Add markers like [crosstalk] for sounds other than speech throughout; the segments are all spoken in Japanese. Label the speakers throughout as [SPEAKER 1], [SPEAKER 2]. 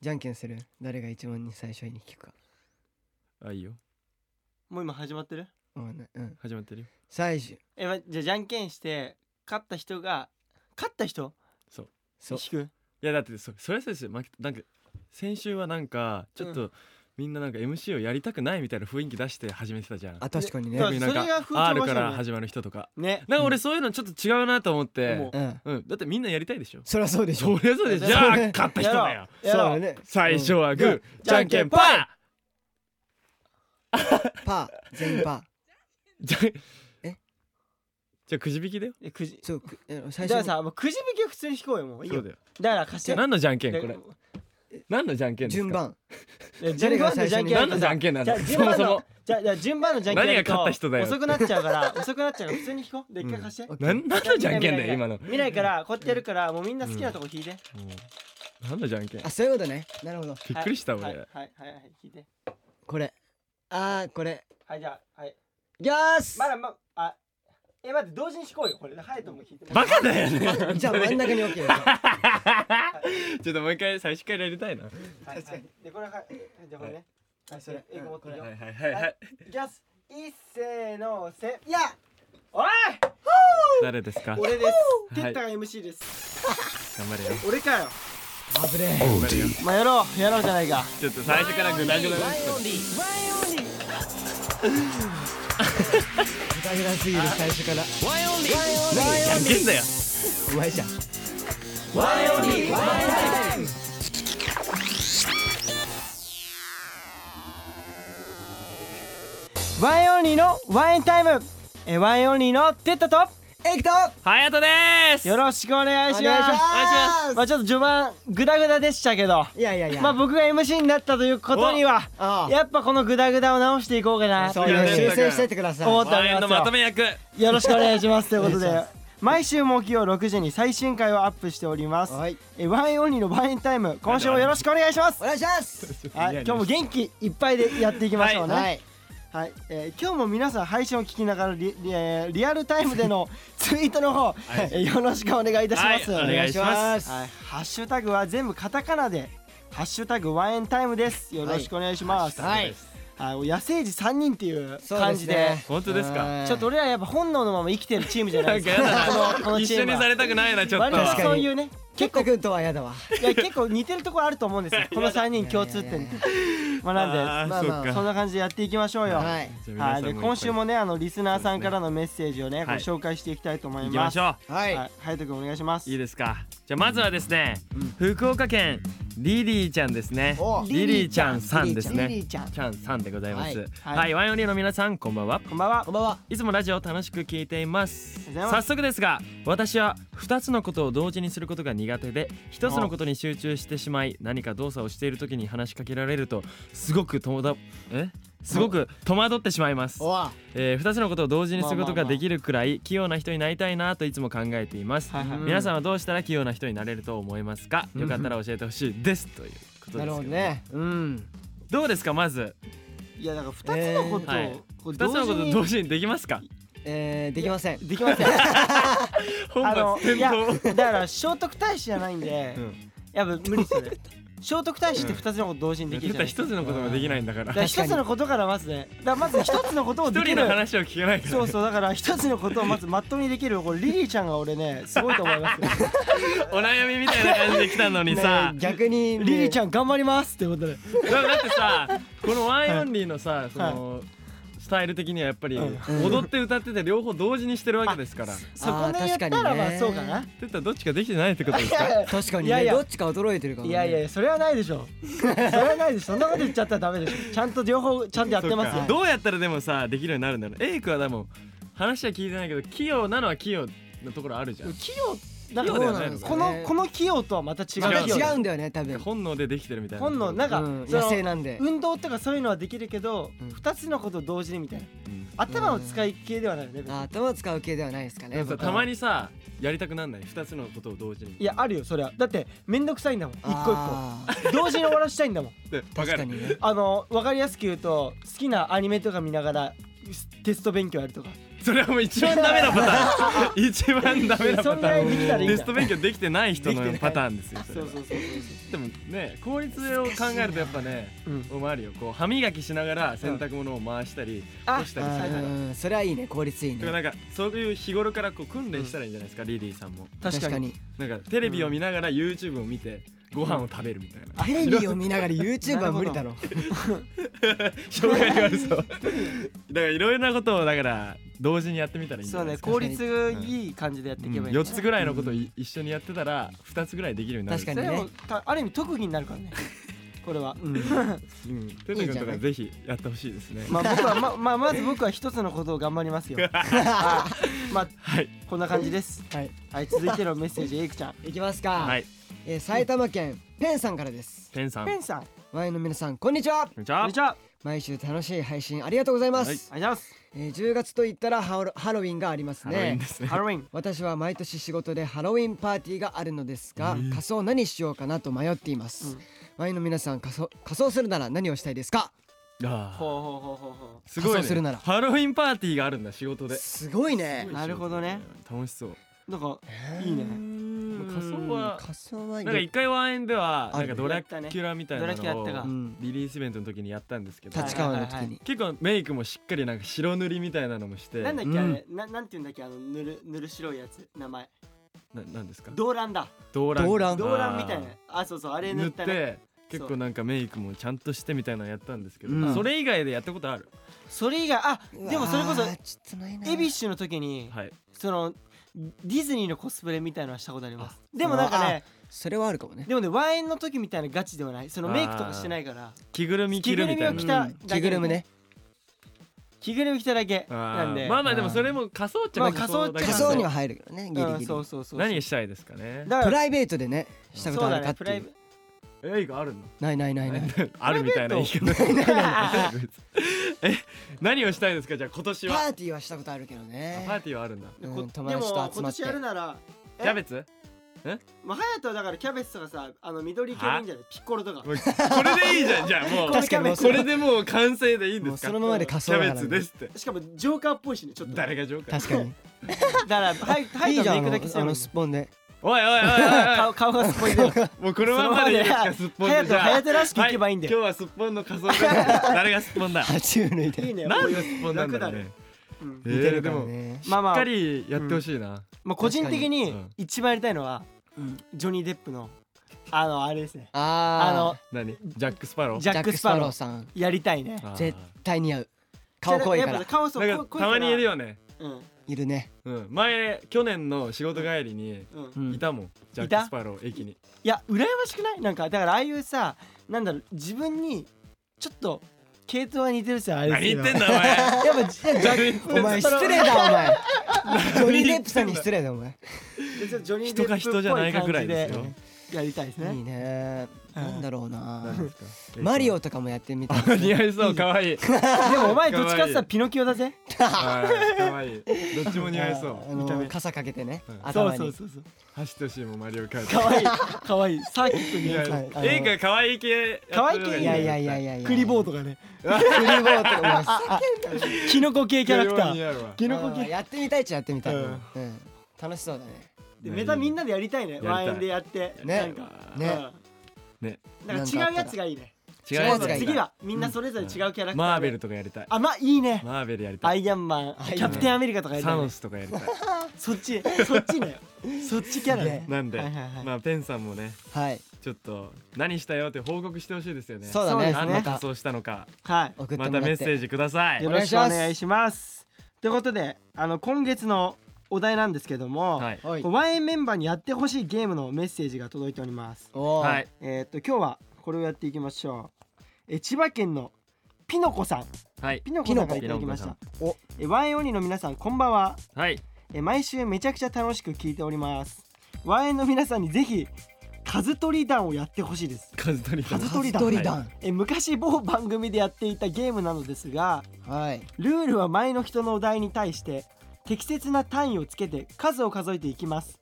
[SPEAKER 1] じゃんけんする誰が一番に最初に聞くか
[SPEAKER 2] あいいよ
[SPEAKER 3] もう今始まってる
[SPEAKER 1] うんうん
[SPEAKER 2] 始まってるよ
[SPEAKER 1] 最初
[SPEAKER 3] え、ま、じゃあじゃんけんして勝った人が勝った人
[SPEAKER 1] そう
[SPEAKER 3] 引く
[SPEAKER 2] いやだってそそれそうですよ負けなんか先週はなんかちょっと、みんななんか MC をやりたくないみたいな雰囲気出して始めてたじゃん
[SPEAKER 1] あ確かにね
[SPEAKER 3] そう
[SPEAKER 2] なん
[SPEAKER 3] それが風
[SPEAKER 2] か
[SPEAKER 3] 潮
[SPEAKER 2] R
[SPEAKER 3] 場所
[SPEAKER 2] か
[SPEAKER 3] だよね
[SPEAKER 2] ら始まる人とか
[SPEAKER 3] ね
[SPEAKER 2] なんか俺そういうのちょっと違うなと思って、
[SPEAKER 3] 思う
[SPEAKER 1] うん
[SPEAKER 2] うん、だってみんなやりたいでしょ
[SPEAKER 1] そりゃそうでしょ
[SPEAKER 2] そりゃそうでしょ
[SPEAKER 3] い
[SPEAKER 2] じ
[SPEAKER 3] や
[SPEAKER 2] ゃ
[SPEAKER 1] そ
[SPEAKER 2] あ
[SPEAKER 1] うね
[SPEAKER 2] 勝った人
[SPEAKER 3] やろ
[SPEAKER 2] だ
[SPEAKER 3] う
[SPEAKER 2] よ
[SPEAKER 1] そう
[SPEAKER 3] やろ
[SPEAKER 1] だ
[SPEAKER 3] う
[SPEAKER 1] ね
[SPEAKER 2] 最初はグ
[SPEAKER 1] う
[SPEAKER 2] ー
[SPEAKER 1] ん
[SPEAKER 2] じゃんけんパー
[SPEAKER 1] パー全員パー
[SPEAKER 2] じゃん
[SPEAKER 1] え
[SPEAKER 2] じゃあくじ引きだよ
[SPEAKER 3] えくじ
[SPEAKER 1] そうくえ最
[SPEAKER 3] じゃあ
[SPEAKER 1] 初に
[SPEAKER 3] さもうくじ引きは普通に引こうよもういい
[SPEAKER 2] そう
[SPEAKER 3] よ
[SPEAKER 2] だよ
[SPEAKER 3] だから勝ち
[SPEAKER 2] じゃあ何のじゃんけん
[SPEAKER 3] で
[SPEAKER 2] これ何のじゃんけんですか
[SPEAKER 1] 順番
[SPEAKER 3] え順番のじゃんけんや
[SPEAKER 2] 何
[SPEAKER 3] ると
[SPEAKER 2] の
[SPEAKER 3] さ
[SPEAKER 2] じゃんけんなん
[SPEAKER 3] じゃ
[SPEAKER 2] だ
[SPEAKER 3] あ
[SPEAKER 2] そも
[SPEAKER 3] 順番
[SPEAKER 2] そも
[SPEAKER 3] のじゃあじゃあ順番のじゃんけんやると
[SPEAKER 2] 何が勝った人だよ
[SPEAKER 3] 遅くなっちゃうから遅くなっちゃうから普通に引こうで一回貸して
[SPEAKER 1] うん
[SPEAKER 2] な何のじゃんけんだよ
[SPEAKER 3] 未
[SPEAKER 2] 今
[SPEAKER 3] 来
[SPEAKER 2] の
[SPEAKER 3] 未来からこうやってやるからもうみんな好きなとこ引いて
[SPEAKER 2] 何のじゃんけん
[SPEAKER 1] あそういうことねなるほど
[SPEAKER 2] びっくりした
[SPEAKER 3] はいはい
[SPEAKER 2] 俺
[SPEAKER 3] はいはい引いて
[SPEAKER 1] これあーこれ
[SPEAKER 3] はいじゃあはい
[SPEAKER 1] よーし
[SPEAKER 3] まだまあえ待って同時に引こうよこれでハヤトも引いて
[SPEAKER 2] バカだよね
[SPEAKER 1] じゃあ真ん中に置
[SPEAKER 3] [laughs]
[SPEAKER 1] けよじゃあ
[SPEAKER 2] ちょっともう一回最初からやりたいなは
[SPEAKER 3] はいはい
[SPEAKER 1] 確かに
[SPEAKER 3] でこれははいじゃあこれねはい
[SPEAKER 1] それ
[SPEAKER 3] 英語持ってるよ
[SPEAKER 2] いはいはいはい
[SPEAKER 3] いきますいっせーのせいやおい
[SPEAKER 2] 誰ですか
[SPEAKER 3] 俺です
[SPEAKER 2] はい
[SPEAKER 3] テッタが MC です
[SPEAKER 2] 頑張れよ
[SPEAKER 3] 俺かよ
[SPEAKER 1] あぶねえ
[SPEAKER 2] 頑張れよ
[SPEAKER 3] まあやろうやろうじゃないか
[SPEAKER 2] ちょっと最初からグダグダだった
[SPEAKER 1] グダグダすぎる最初から
[SPEAKER 2] じゃんけんだよ
[SPEAKER 1] うまいじゃん
[SPEAKER 3] ワインオンリーのワインタイムえワインオンリーのテッタと
[SPEAKER 1] エクト
[SPEAKER 2] ハヤトです
[SPEAKER 3] よろしくお願いします
[SPEAKER 1] お願いしますお願いします
[SPEAKER 3] まあちょっと序盤グダグダでしたけど
[SPEAKER 1] いやいやいや
[SPEAKER 3] まあ僕が MC になったということには
[SPEAKER 1] ああ
[SPEAKER 3] やっぱこのグダグダを直していこうかな
[SPEAKER 1] そう
[SPEAKER 2] や
[SPEAKER 1] ね
[SPEAKER 2] いや
[SPEAKER 1] 修正してってください
[SPEAKER 3] 思っ
[SPEAKER 2] 応援のまとめ役
[SPEAKER 3] よろしくお願いしますということ
[SPEAKER 1] お願い
[SPEAKER 3] で
[SPEAKER 1] し
[SPEAKER 3] 毎週木曜6時に最新回をアップしております
[SPEAKER 1] はい
[SPEAKER 3] えワインオンリーのワインタイム今週もよろしくお願いします
[SPEAKER 1] お願いします
[SPEAKER 3] [laughs] はい今日も元気いっぱいでやっていきましょうね、
[SPEAKER 1] はい
[SPEAKER 3] はい、えー今日も皆さん配信を聞きながらリリ,、えーリアルタイム
[SPEAKER 1] [laughs]
[SPEAKER 3] でのツイートの方、えーよろしくお願いいたします。
[SPEAKER 2] はい
[SPEAKER 1] お
[SPEAKER 2] お
[SPEAKER 1] 願
[SPEAKER 2] 願
[SPEAKER 1] い
[SPEAKER 2] い
[SPEAKER 1] し
[SPEAKER 2] し
[SPEAKER 1] ま
[SPEAKER 2] ます
[SPEAKER 3] はいハッシュタグは全部カタカナで。ハッシュタグワインタイムです。よろしくお願いします。
[SPEAKER 1] はいはい
[SPEAKER 3] はい、もう野生児三人っていう
[SPEAKER 1] そう
[SPEAKER 3] 感
[SPEAKER 1] で
[SPEAKER 3] じ
[SPEAKER 1] す
[SPEAKER 3] で。
[SPEAKER 1] ね
[SPEAKER 2] 本当ですか
[SPEAKER 1] はい
[SPEAKER 3] ちょっと俺らやっぱ本能のまま生きてるチームじゃな
[SPEAKER 2] ないんか
[SPEAKER 3] です
[SPEAKER 2] や
[SPEAKER 3] か。
[SPEAKER 2] だ
[SPEAKER 3] このこのチ
[SPEAKER 2] 一緒
[SPEAKER 3] ーム
[SPEAKER 2] に
[SPEAKER 3] は
[SPEAKER 2] されたくないなちょっ
[SPEAKER 3] 割
[SPEAKER 2] と
[SPEAKER 3] と
[SPEAKER 1] 確かに
[SPEAKER 3] そういうね、
[SPEAKER 1] 結構くんとはやだわ
[SPEAKER 3] いや結構似てるところあると思う
[SPEAKER 2] [laughs]
[SPEAKER 3] んですよ。この三人共通点って。まあなん
[SPEAKER 2] あ
[SPEAKER 1] まあ
[SPEAKER 2] ー
[SPEAKER 1] まあ
[SPEAKER 2] そ
[SPEAKER 3] で、
[SPEAKER 2] っ
[SPEAKER 3] そん
[SPEAKER 2] か
[SPEAKER 3] な感じでやっていきましょうよ。
[SPEAKER 1] はい
[SPEAKER 2] じゃあ皆
[SPEAKER 3] は
[SPEAKER 2] さ
[SPEAKER 3] い、
[SPEAKER 2] ん
[SPEAKER 3] で
[SPEAKER 2] も
[SPEAKER 3] 今週もねあのリスナーさんからのメッセージをね、
[SPEAKER 2] はい
[SPEAKER 3] ご紹介していきたいと思い
[SPEAKER 2] 行きま
[SPEAKER 3] ま
[SPEAKER 2] し
[SPEAKER 3] す。
[SPEAKER 2] ょう
[SPEAKER 1] はい
[SPEAKER 3] はい、ハヤト君お願いします。
[SPEAKER 2] いいですかじゃあまずはですね、福岡県リリーちゃんですね
[SPEAKER 1] お
[SPEAKER 2] リリーちゃんさんですね
[SPEAKER 1] リリーちゃん
[SPEAKER 2] ちゃんさんでございます
[SPEAKER 1] は
[SPEAKER 2] はいい、
[SPEAKER 3] は
[SPEAKER 2] ワ
[SPEAKER 3] い
[SPEAKER 2] イオリーの皆さんこんばんは
[SPEAKER 3] こんばんは
[SPEAKER 1] こん。ばんはい
[SPEAKER 2] つもラジオを楽しく聞いています
[SPEAKER 3] ありがとうございま
[SPEAKER 2] 早速ですが私は2つのことを同時にすることが苦手で1つのことに集中してしまい何か動作をしている時に話しかけられるとすごく戸惑えすごく戸惑ってしまいます
[SPEAKER 1] おわ
[SPEAKER 2] えー、2つのことを同時にすること
[SPEAKER 3] まあまあ
[SPEAKER 2] が
[SPEAKER 3] まあ
[SPEAKER 2] できるくらい器用な人になりたいなといつも考えています、
[SPEAKER 3] はいはい
[SPEAKER 2] 皆さんはどうしたら器用な人になれると思いますか、よかったら教えてほしいですということですけど
[SPEAKER 1] なるほどねうん
[SPEAKER 2] どうですかまず
[SPEAKER 3] いやだから二つのことを、
[SPEAKER 2] えーはい
[SPEAKER 3] こう
[SPEAKER 2] 2つのこと同時にできますか
[SPEAKER 1] えーできません
[SPEAKER 3] できません。
[SPEAKER 2] 本
[SPEAKER 3] あの
[SPEAKER 2] 末
[SPEAKER 3] い
[SPEAKER 2] 転
[SPEAKER 3] や
[SPEAKER 2] 倒
[SPEAKER 3] だから聖徳太子じゃないんで、
[SPEAKER 2] うん
[SPEAKER 3] やっぱ無理それ。聖徳太子って二つのこと同時にできる
[SPEAKER 2] 絶
[SPEAKER 3] じゃ
[SPEAKER 2] 対1
[SPEAKER 3] ないですか。
[SPEAKER 2] つのことができないんだから
[SPEAKER 3] だから一つのことからまずね、だからまず一つのことをで
[SPEAKER 2] 1
[SPEAKER 3] き
[SPEAKER 2] 人
[SPEAKER 3] る
[SPEAKER 2] の。話を聞けないから
[SPEAKER 3] [laughs] そうそうだから一つのことをまずまっとうにできるこれリリーちゃんが俺ねすごいと思います、ね、
[SPEAKER 2] お悩みみたいな感じで来たのにさ、
[SPEAKER 1] ね逆に
[SPEAKER 3] [laughs] リリーち
[SPEAKER 1] ゃん
[SPEAKER 3] ゃん頑張りますってことで
[SPEAKER 2] だだってさこのワンオンリーのさその、スタイル的にはやっぱり
[SPEAKER 1] ん
[SPEAKER 2] 踊って歌ってて両方同時にしてるわけですから。って
[SPEAKER 3] そこで言
[SPEAKER 1] 確
[SPEAKER 3] った
[SPEAKER 1] からにね
[SPEAKER 3] まあそうかな
[SPEAKER 2] 言ったらどっちかできてないってことですか
[SPEAKER 1] 確かに
[SPEAKER 3] い [laughs] や
[SPEAKER 1] ね
[SPEAKER 3] いや
[SPEAKER 1] どっちか驚いてるかも
[SPEAKER 3] い
[SPEAKER 1] ね
[SPEAKER 3] やいやいやそれはないでしょそれはないでしょそんなこと言っちゃったらダメでしょちゃんと両方ちゃんとやってます
[SPEAKER 2] そう
[SPEAKER 3] よ
[SPEAKER 2] かどうやったらでもさできるようになるんだろうエイクはでも話は聞いてないけど器用なのは器用のところあるじゃん
[SPEAKER 3] 器用だか
[SPEAKER 2] 器用
[SPEAKER 3] ら
[SPEAKER 2] ではないのか
[SPEAKER 3] このこの器用とはまた違う器
[SPEAKER 1] ま
[SPEAKER 3] 用
[SPEAKER 1] た
[SPEAKER 2] 違う
[SPEAKER 1] 違うんだよね多分
[SPEAKER 2] 本能でできてるみたいな
[SPEAKER 3] 本能なんか、
[SPEAKER 1] うん
[SPEAKER 3] その
[SPEAKER 1] 野生なんで
[SPEAKER 3] 運動とかそういうのはできるけど、
[SPEAKER 1] うん
[SPEAKER 3] 二つのこと同時にみたいな
[SPEAKER 2] うん
[SPEAKER 3] 頭を使い系ではないよね、別に
[SPEAKER 1] あ頭を使う系ではないですか
[SPEAKER 2] で
[SPEAKER 1] ね
[SPEAKER 2] もさ
[SPEAKER 1] 僕は
[SPEAKER 2] たまにさやりたくなんない2つのことを同時に
[SPEAKER 3] いやあるよそれはだってめんどくさいんだもん一個一
[SPEAKER 1] あー
[SPEAKER 3] 個同時に終わらしたいんだもん
[SPEAKER 2] でわ
[SPEAKER 1] 確かにね
[SPEAKER 3] あの分かりやすく言うと好きなアニメとか見ながらテスト勉強やるとか
[SPEAKER 2] それはもう一番ダメなパター [laughs] ン一番ダメな
[SPEAKER 3] そ
[SPEAKER 2] パ
[SPEAKER 3] んぐ
[SPEAKER 2] タ
[SPEAKER 3] ら
[SPEAKER 2] ー
[SPEAKER 3] い
[SPEAKER 2] ン
[SPEAKER 3] できたらいいん
[SPEAKER 2] テ
[SPEAKER 3] だ
[SPEAKER 2] スト勉強できてない人
[SPEAKER 3] できて
[SPEAKER 2] の
[SPEAKER 3] ない
[SPEAKER 2] パターンですよそれは
[SPEAKER 3] そうそうそうそ
[SPEAKER 2] でもね効率を考えるとやっぱね
[SPEAKER 3] う、うん、
[SPEAKER 2] もうあるよこう歯磨きしながら洗濯物を回したり
[SPEAKER 3] あ
[SPEAKER 2] 干したりしながら
[SPEAKER 1] うんそれはいいね効率いい
[SPEAKER 2] とかな
[SPEAKER 1] ね
[SPEAKER 2] んかそういう日頃からこう訓練したらいいんじゃないですか、リリーさんも
[SPEAKER 1] 確かに
[SPEAKER 2] なんかテレビを見ながら YouTube を見てご飯を食べるみたいな、
[SPEAKER 1] テレビを見ながら YouTube は無理だろ
[SPEAKER 2] 障害があるそうだからいろいろなことをだから同時にやってみたらいいんじ
[SPEAKER 3] そ
[SPEAKER 2] ゃ
[SPEAKER 3] う
[SPEAKER 2] ないで
[SPEAKER 3] ね
[SPEAKER 2] すか
[SPEAKER 3] 効率いい感じでやっていけばいい、
[SPEAKER 2] 4つぐらいのことをい一緒にやってたら2つぐらいできるようになる
[SPEAKER 1] 確か
[SPEAKER 3] そ
[SPEAKER 1] に
[SPEAKER 3] れもたある意味特技になるからねこれは、
[SPEAKER 2] うんてんたくんと
[SPEAKER 1] いいんじゃな
[SPEAKER 2] か
[SPEAKER 1] い
[SPEAKER 2] ぜひやってほしいですね
[SPEAKER 3] まあ僕はままあまず僕は一つのことを頑張りますよはいまあ
[SPEAKER 2] はい
[SPEAKER 3] こんな感じです
[SPEAKER 1] はい
[SPEAKER 3] はい続いてのメッセージエイクちゃん
[SPEAKER 1] いきますか、
[SPEAKER 2] はい
[SPEAKER 1] えー埼玉県ペンさんからです
[SPEAKER 2] ペンさんこ
[SPEAKER 3] ペ
[SPEAKER 2] ん
[SPEAKER 3] ンさん
[SPEAKER 1] ワインの皆さんこんにちは
[SPEAKER 2] にちは
[SPEAKER 3] じゃあ
[SPEAKER 1] 毎週楽しい配信ありがとうございます、
[SPEAKER 2] はい
[SPEAKER 3] ありがとうござい
[SPEAKER 1] [laughs]
[SPEAKER 3] ます
[SPEAKER 1] えー10月といったらハロハロウィンがあります
[SPEAKER 2] ハロウィン
[SPEAKER 1] ね
[SPEAKER 2] ですね
[SPEAKER 3] ハロウィン
[SPEAKER 1] 私は毎年仕事でハロウィンパーティーがあるのですが、
[SPEAKER 2] えー
[SPEAKER 1] 仮装何しようかなと迷っています、
[SPEAKER 3] うん
[SPEAKER 1] ワインの皆さん仮装仮装するなら何をしたいですか
[SPEAKER 2] ああ
[SPEAKER 3] ほうほうほうほうほ
[SPEAKER 2] すごい
[SPEAKER 1] 仮装するな
[SPEAKER 2] ね
[SPEAKER 1] ら
[SPEAKER 2] ハロウィンパーティーがあるんだ仕事です
[SPEAKER 1] ごい
[SPEAKER 2] す
[SPEAKER 1] ね
[SPEAKER 2] ごい
[SPEAKER 3] なるほどね
[SPEAKER 2] 仕事だよ楽しそう
[SPEAKER 3] うなんかいいね
[SPEAKER 2] まあ仮装は
[SPEAKER 1] 仮装は
[SPEAKER 2] なんか一回ワンエンでは
[SPEAKER 1] あ
[SPEAKER 2] なんかドラキュラみたいな
[SPEAKER 3] ドラキュラやった
[SPEAKER 2] の
[SPEAKER 3] か
[SPEAKER 2] を
[SPEAKER 1] うん
[SPEAKER 2] リリースイベントの時にやったんですけど
[SPEAKER 1] 立川の時
[SPEAKER 3] はいはいは
[SPEAKER 1] に
[SPEAKER 2] 結構メイクもしっかりなんか白塗りみたいなのもして
[SPEAKER 3] なんだっけあれ、ななんていうんだっけあのぬるぬる白いやつ名前
[SPEAKER 2] ななんですか
[SPEAKER 3] 動乱だ
[SPEAKER 2] 動乱
[SPEAKER 1] 動乱
[SPEAKER 3] 動乱みたいなあそうそうあれ塗
[SPEAKER 2] 塗
[SPEAKER 3] っ
[SPEAKER 2] った
[SPEAKER 3] ね
[SPEAKER 2] て結構なんかメイクもちゃんとしてみたいなのやったんですけど、
[SPEAKER 1] うん
[SPEAKER 2] それ以外でやったことある
[SPEAKER 3] それ以外あでもそれこそ
[SPEAKER 1] うわーちょっとないな
[SPEAKER 3] エビッシュの時に、
[SPEAKER 2] はい
[SPEAKER 3] そのディズニーのコスプレみたいなのはしたことありますでもなんかね
[SPEAKER 1] それはあるかもね
[SPEAKER 3] でもねワインの時みたいなガチではないそのメイクとかしてないから
[SPEAKER 2] 着ぐるみ着るみたいな
[SPEAKER 3] 着着た
[SPEAKER 1] うん着ぐるみね
[SPEAKER 3] 着ぐるみ着ただけ
[SPEAKER 2] あー
[SPEAKER 3] なんで
[SPEAKER 2] まあまあでもそれも仮装っちゃ
[SPEAKER 3] まあ仮装っちゃ
[SPEAKER 2] だけ
[SPEAKER 1] 仮
[SPEAKER 2] ど
[SPEAKER 1] 装には入るけどねギリ
[SPEAKER 3] うん
[SPEAKER 1] ギ
[SPEAKER 3] そう
[SPEAKER 1] リ
[SPEAKER 3] そうそう
[SPEAKER 2] 何したいですかね
[SPEAKER 3] だ
[SPEAKER 1] プ
[SPEAKER 3] から
[SPEAKER 1] ライベートでねしたこと
[SPEAKER 3] そう
[SPEAKER 1] あ
[SPEAKER 3] だ
[SPEAKER 1] るか
[SPEAKER 3] ね
[SPEAKER 1] っ
[SPEAKER 3] プ
[SPEAKER 1] て
[SPEAKER 3] ラ
[SPEAKER 1] い
[SPEAKER 3] イ
[SPEAKER 1] う
[SPEAKER 3] ベ
[SPEAKER 2] 映画あるの
[SPEAKER 1] ないないないない
[SPEAKER 2] あるみたいな言い方え何をしたいですかじゃあ今年
[SPEAKER 1] パ
[SPEAKER 2] は
[SPEAKER 1] ーティーはしたことあるけど
[SPEAKER 2] あ
[SPEAKER 1] ね
[SPEAKER 2] パーティーはあるんだ
[SPEAKER 1] うん
[SPEAKER 3] こ
[SPEAKER 1] 友達と集まって
[SPEAKER 3] でも今年やるならえ
[SPEAKER 2] キャベツ
[SPEAKER 3] まあ隼人はだからキャベツとかさあの緑系でいいんじゃないピッコロとか
[SPEAKER 2] もうこれでいいじゃんじゃあもう
[SPEAKER 1] 確かにもうそ
[SPEAKER 2] これでもう完成でいいんで
[SPEAKER 1] もう
[SPEAKER 2] す
[SPEAKER 1] そ
[SPEAKER 2] か
[SPEAKER 1] のままで仮
[SPEAKER 2] キ
[SPEAKER 1] 装だ
[SPEAKER 2] ャ
[SPEAKER 1] から
[SPEAKER 2] ベ
[SPEAKER 1] ね
[SPEAKER 2] ツですって
[SPEAKER 3] しかもジョーカーっぽいしねちょっと
[SPEAKER 2] 誰がジョーカー
[SPEAKER 1] 確かに
[SPEAKER 3] だから [laughs] はい
[SPEAKER 1] いい
[SPEAKER 3] 隼
[SPEAKER 1] じ
[SPEAKER 3] 人
[SPEAKER 1] ゃ
[SPEAKER 3] は
[SPEAKER 1] んあ
[SPEAKER 3] メイクだけして
[SPEAKER 1] のあ
[SPEAKER 3] る
[SPEAKER 1] のスポンで
[SPEAKER 2] おいおいおいおいお
[SPEAKER 3] 顔顔がすっぽ
[SPEAKER 2] [laughs]
[SPEAKER 3] いでる
[SPEAKER 2] いもうこのままでいいですかすっぽんで
[SPEAKER 3] 隼人隼人らしくいけばいいんだよ
[SPEAKER 2] は今日はすっぽんの仮装だ誰がすっぽ
[SPEAKER 1] [laughs]
[SPEAKER 2] んだ
[SPEAKER 1] 爬虫類
[SPEAKER 3] いい
[SPEAKER 1] で
[SPEAKER 3] ね
[SPEAKER 2] なんでスッポンなんだろう
[SPEAKER 3] 楽
[SPEAKER 2] ね
[SPEAKER 3] うん
[SPEAKER 2] え
[SPEAKER 1] 似てるか
[SPEAKER 2] ーで
[SPEAKER 1] ら
[SPEAKER 2] もし
[SPEAKER 1] ね
[SPEAKER 3] まあま
[SPEAKER 2] っ
[SPEAKER 3] あ
[SPEAKER 2] かりやってほしいな
[SPEAKER 3] まあ個人的に
[SPEAKER 2] うん
[SPEAKER 3] 一番やりたいのはジョニー・デップのあのあれですねあ
[SPEAKER 1] あ
[SPEAKER 3] の
[SPEAKER 2] 何ジャック・スパロ
[SPEAKER 1] ー
[SPEAKER 2] ー
[SPEAKER 3] ジャックスパロー
[SPEAKER 1] ジャックス
[SPEAKER 3] やりたいね
[SPEAKER 2] あー
[SPEAKER 1] 絶対似合う顔濃いか
[SPEAKER 3] やっ
[SPEAKER 1] ら
[SPEAKER 3] ぱ顔そう
[SPEAKER 2] なんかたまにいる、よね
[SPEAKER 3] 濃いから
[SPEAKER 1] いるね
[SPEAKER 2] うん前去年の仕事帰りに
[SPEAKER 3] うんうん、
[SPEAKER 1] う
[SPEAKER 3] い
[SPEAKER 1] ん
[SPEAKER 2] いたもんジャック・スパロー駅に
[SPEAKER 3] や羨ましくないなんかだからああいうさなんだろう自分にちょっと系統が似てるさあれ
[SPEAKER 2] 何
[SPEAKER 3] で
[SPEAKER 2] 言っ
[SPEAKER 3] すよ
[SPEAKER 2] てんだお前
[SPEAKER 1] やっぱジャックお前失礼だお前ジョニー・デップさんに失礼だお前
[SPEAKER 3] ちょっとジョニー
[SPEAKER 2] 人
[SPEAKER 3] デップ
[SPEAKER 2] か
[SPEAKER 3] っぽ
[SPEAKER 2] 人じゃないかぐらいです
[SPEAKER 3] 感
[SPEAKER 2] よ
[SPEAKER 3] じでやりたいです
[SPEAKER 1] い
[SPEAKER 3] ね
[SPEAKER 1] いね
[SPEAKER 3] うん
[SPEAKER 1] なんだろうな
[SPEAKER 2] 何ですか
[SPEAKER 1] マリオとかもやってみたい
[SPEAKER 2] あ似合いそう可愛いい
[SPEAKER 3] でもお前どっちかっ
[SPEAKER 2] か
[SPEAKER 3] てさ
[SPEAKER 2] わいい
[SPEAKER 3] ピノキオだぜ
[SPEAKER 2] はい可愛いどっちも似合いそ
[SPEAKER 1] あ
[SPEAKER 2] う
[SPEAKER 3] 見た目
[SPEAKER 1] の傘かけてね
[SPEAKER 2] うん
[SPEAKER 3] そ
[SPEAKER 1] 頭
[SPEAKER 3] うそう
[SPEAKER 1] に
[SPEAKER 3] そうそう
[SPEAKER 2] 走ってほしいもんマリオカー
[SPEAKER 3] か
[SPEAKER 2] ト
[SPEAKER 3] わいいかわいいサーキットに
[SPEAKER 2] いや
[SPEAKER 3] や
[SPEAKER 2] い
[SPEAKER 3] る
[SPEAKER 1] はいあの
[SPEAKER 2] や映画可愛い系
[SPEAKER 3] 可愛い系
[SPEAKER 1] いやいやいやいやいや
[SPEAKER 3] クリボーとかね
[SPEAKER 1] クリボーとかお前
[SPEAKER 3] キノコ系キャラクタ
[SPEAKER 2] 似
[SPEAKER 3] ー
[SPEAKER 2] 合うわ
[SPEAKER 3] キノコ
[SPEAKER 1] あー
[SPEAKER 3] 系
[SPEAKER 1] やってみたいっちゃやってみたい、
[SPEAKER 3] う
[SPEAKER 1] うんん楽しそうだね
[SPEAKER 3] でメタみんなでやりたいね
[SPEAKER 2] りたい
[SPEAKER 3] ワインでやって
[SPEAKER 1] ね
[SPEAKER 3] なんか
[SPEAKER 1] ね
[SPEAKER 3] うん
[SPEAKER 2] ね
[SPEAKER 3] なんか違うやつがいいね
[SPEAKER 2] 違
[SPEAKER 1] うやつがいい
[SPEAKER 3] 次はみんなそれぞれ違うキャラクターで
[SPEAKER 2] マーベルとかやりたい
[SPEAKER 3] あまあいいね
[SPEAKER 2] マーベルやりた
[SPEAKER 3] ア
[SPEAKER 2] い
[SPEAKER 3] イアンマン
[SPEAKER 1] アイアンマン
[SPEAKER 3] キャプテンアメリカとかやりた
[SPEAKER 2] サ
[SPEAKER 3] いね
[SPEAKER 2] ノスとかやりたい
[SPEAKER 3] [laughs] そっちそっちねそっちキャラね
[SPEAKER 2] なんで
[SPEAKER 3] はいはいはい
[SPEAKER 2] まあペンさんもね
[SPEAKER 1] はい
[SPEAKER 2] ちょっと何したよって報告してほしいですよね
[SPEAKER 1] そうだね
[SPEAKER 3] そうですね
[SPEAKER 1] ま
[SPEAKER 2] 何
[SPEAKER 1] た
[SPEAKER 2] 仮装したのか
[SPEAKER 3] は
[SPEAKER 1] 送って
[SPEAKER 2] ま
[SPEAKER 1] もら
[SPEAKER 2] た
[SPEAKER 1] って
[SPEAKER 2] メッセージくださ
[SPEAKER 3] い
[SPEAKER 2] い
[SPEAKER 3] よ
[SPEAKER 1] お
[SPEAKER 3] ろ
[SPEAKER 1] 願い
[SPEAKER 3] しく
[SPEAKER 1] し
[SPEAKER 3] お
[SPEAKER 1] ます
[SPEAKER 3] 願いしますということであの今月のお題なんですけども、
[SPEAKER 2] はい
[SPEAKER 1] はい
[SPEAKER 3] ワインメンバーにやってほしいゲームのメッセージが届いております
[SPEAKER 1] おー
[SPEAKER 2] はい
[SPEAKER 3] えー、っと今日はこれをやっていきましょうえ千葉県のピノコさん
[SPEAKER 2] はい
[SPEAKER 3] ピノコさんからいただきました
[SPEAKER 1] ピノコ
[SPEAKER 3] えワインオニの皆さんこんばんは
[SPEAKER 2] はい
[SPEAKER 3] え毎週めちゃくちゃ楽しく聞いておりますワインの皆さんにぜひ数取り弾をやってほしいです
[SPEAKER 2] 数取りかな
[SPEAKER 3] 数取り弾
[SPEAKER 1] 数取り弾
[SPEAKER 3] え昔某番組でやっていたゲームなのですが
[SPEAKER 1] はい
[SPEAKER 3] ルールは前の人のお題に対して適切な単位をつけて数を数えていきます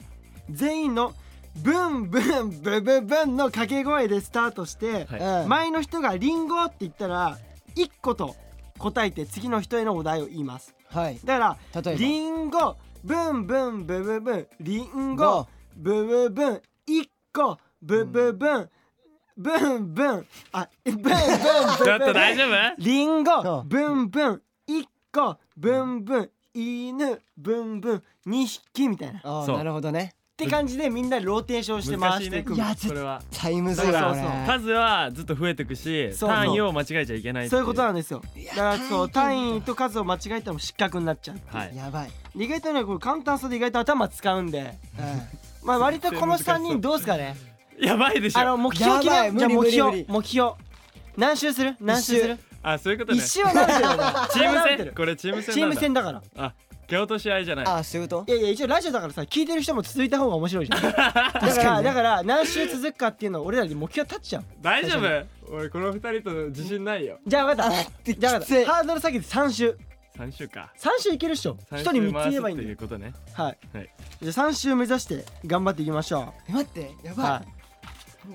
[SPEAKER 3] 全員のブンブンブブブンの掛け声でスタートして、
[SPEAKER 2] はい
[SPEAKER 1] うん
[SPEAKER 3] 前の人がリンゴって言ったら1個と答えて次の人へのお題を言います
[SPEAKER 1] はい
[SPEAKER 3] だか
[SPEAKER 1] 例
[SPEAKER 3] ら
[SPEAKER 1] えば
[SPEAKER 3] リンゴブンブンブブブンリンゴ
[SPEAKER 1] ゴ
[SPEAKER 3] ブブブン一個ブブブンブンブンあブンブンブンブン
[SPEAKER 2] ちょっと大丈夫
[SPEAKER 3] リン
[SPEAKER 1] そ
[SPEAKER 3] ゴ
[SPEAKER 1] う
[SPEAKER 3] ブンブン一個ブンブン犬ブンブン二匹みたいなっ
[SPEAKER 1] あ
[SPEAKER 2] そ
[SPEAKER 1] ー
[SPEAKER 2] う
[SPEAKER 1] なるほどね
[SPEAKER 3] て感じでみんなローテーションして回していく
[SPEAKER 1] いや
[SPEAKER 2] それは
[SPEAKER 1] タイムズ
[SPEAKER 2] だか
[SPEAKER 1] よ
[SPEAKER 2] ら
[SPEAKER 1] これ
[SPEAKER 2] 数はずっと増えていくし
[SPEAKER 3] そうそう
[SPEAKER 2] 単位を間違えちゃいけないって
[SPEAKER 3] そういうことなんですよだからそう
[SPEAKER 1] 単位
[SPEAKER 3] 単位と数を間違えたら失格になっちゃう
[SPEAKER 2] はい
[SPEAKER 1] やばい
[SPEAKER 3] 意外とねこれ簡単そうで意外と頭使うんで
[SPEAKER 1] う
[SPEAKER 3] まあ割とこの
[SPEAKER 2] 絶対
[SPEAKER 3] 3
[SPEAKER 2] 難しそう
[SPEAKER 3] 人どうすかね
[SPEAKER 2] やばいでし
[SPEAKER 3] あ
[SPEAKER 2] ょ
[SPEAKER 3] の目標決め
[SPEAKER 1] やば
[SPEAKER 3] よ
[SPEAKER 1] いう
[SPEAKER 3] じゃあ
[SPEAKER 1] 無理
[SPEAKER 3] 目
[SPEAKER 1] 無理
[SPEAKER 3] 標目標何周する何周する
[SPEAKER 2] あそういうことね
[SPEAKER 3] 一
[SPEAKER 2] チ
[SPEAKER 3] 周はなるけど
[SPEAKER 2] ー
[SPEAKER 3] ね
[SPEAKER 2] ム
[SPEAKER 3] なる
[SPEAKER 2] 戦
[SPEAKER 3] け
[SPEAKER 2] こ [laughs] れチーム
[SPEAKER 3] ど
[SPEAKER 2] 戦
[SPEAKER 3] チー
[SPEAKER 2] なん
[SPEAKER 3] ム
[SPEAKER 2] だ
[SPEAKER 3] 戦だから
[SPEAKER 2] あ蹴落とし合いじゃない
[SPEAKER 1] んあそういうこと
[SPEAKER 3] いやいや一応ラジオだからさ聞いてる人も続いた方が面白いじゃんだか
[SPEAKER 1] 確からに
[SPEAKER 3] だから何周続くかっていうのを俺らに目標立っちゃう
[SPEAKER 2] 大丈夫俺この二人と自信ないよ
[SPEAKER 3] じゃあ分かった
[SPEAKER 1] で
[SPEAKER 3] じゃ
[SPEAKER 1] き
[SPEAKER 3] あ分か
[SPEAKER 1] つ
[SPEAKER 3] ったハードル下げて3周
[SPEAKER 2] 三週か
[SPEAKER 3] 3周いけるっしょ1
[SPEAKER 2] 三
[SPEAKER 3] 人
[SPEAKER 2] 週
[SPEAKER 3] 3つ
[SPEAKER 2] 回
[SPEAKER 3] 言え
[SPEAKER 2] す
[SPEAKER 3] ばいい
[SPEAKER 2] っ
[SPEAKER 3] ん
[SPEAKER 2] て
[SPEAKER 3] だ
[SPEAKER 2] い
[SPEAKER 3] よ
[SPEAKER 2] うことね
[SPEAKER 3] はい
[SPEAKER 2] はい
[SPEAKER 3] じゃあ3周目指して頑張っていきましょ
[SPEAKER 1] 待ってや
[SPEAKER 3] う
[SPEAKER 1] ば
[SPEAKER 3] はい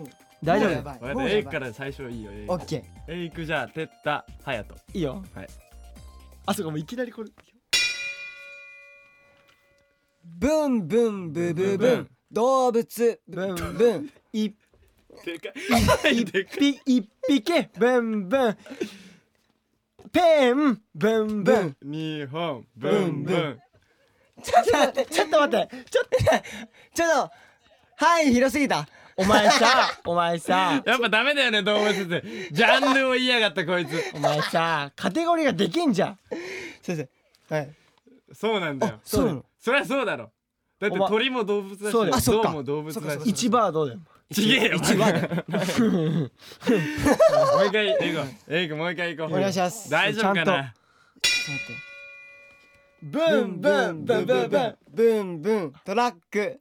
[SPEAKER 3] い大丈夫
[SPEAKER 1] やばい
[SPEAKER 2] わかっ
[SPEAKER 1] も
[SPEAKER 2] た
[SPEAKER 1] う
[SPEAKER 2] A
[SPEAKER 1] やば
[SPEAKER 2] か
[SPEAKER 1] い
[SPEAKER 2] ら最初いいよ A
[SPEAKER 1] オッケー
[SPEAKER 2] A 行くじゃあてったはやと
[SPEAKER 3] いいよ
[SPEAKER 2] はい
[SPEAKER 3] あそうかもういきなりこれ
[SPEAKER 1] ブンブンブブブン動物ブンブン
[SPEAKER 3] 一
[SPEAKER 2] でかいでかい
[SPEAKER 3] 匹一匹ブンブンペンブンブ
[SPEAKER 1] ブ
[SPEAKER 3] ン
[SPEAKER 1] ン
[SPEAKER 2] 日本ブンブ
[SPEAKER 1] ブ
[SPEAKER 2] ン
[SPEAKER 1] ちょっと待って
[SPEAKER 3] [laughs] ちょっと待ってちょっと
[SPEAKER 1] ちょっと範囲広すぎた
[SPEAKER 3] お前さお前さ
[SPEAKER 2] やっぱダメだよね動物ってジャンルを言いやがったこいつ
[SPEAKER 3] お前さカテゴリーができんじゃん
[SPEAKER 1] 先生はい
[SPEAKER 2] そうなんだよ
[SPEAKER 1] そうなの
[SPEAKER 2] そりゃそうだろだって
[SPEAKER 3] お前
[SPEAKER 2] 鳥も動物だし
[SPEAKER 3] そうだよ
[SPEAKER 1] あそっか
[SPEAKER 2] 象も動物
[SPEAKER 1] そっか
[SPEAKER 2] だ
[SPEAKER 1] そっか
[SPEAKER 2] し
[SPEAKER 3] 一バーどうだよ
[SPEAKER 2] ちげえよ
[SPEAKER 1] 一番だよ
[SPEAKER 2] もう一回英語英語もう一回行こう
[SPEAKER 1] お願いします
[SPEAKER 2] 大丈夫か
[SPEAKER 3] ちゃん
[SPEAKER 2] な
[SPEAKER 1] ちょっと待って
[SPEAKER 3] ブ
[SPEAKER 1] ブンブンブンブンブンブンブントラック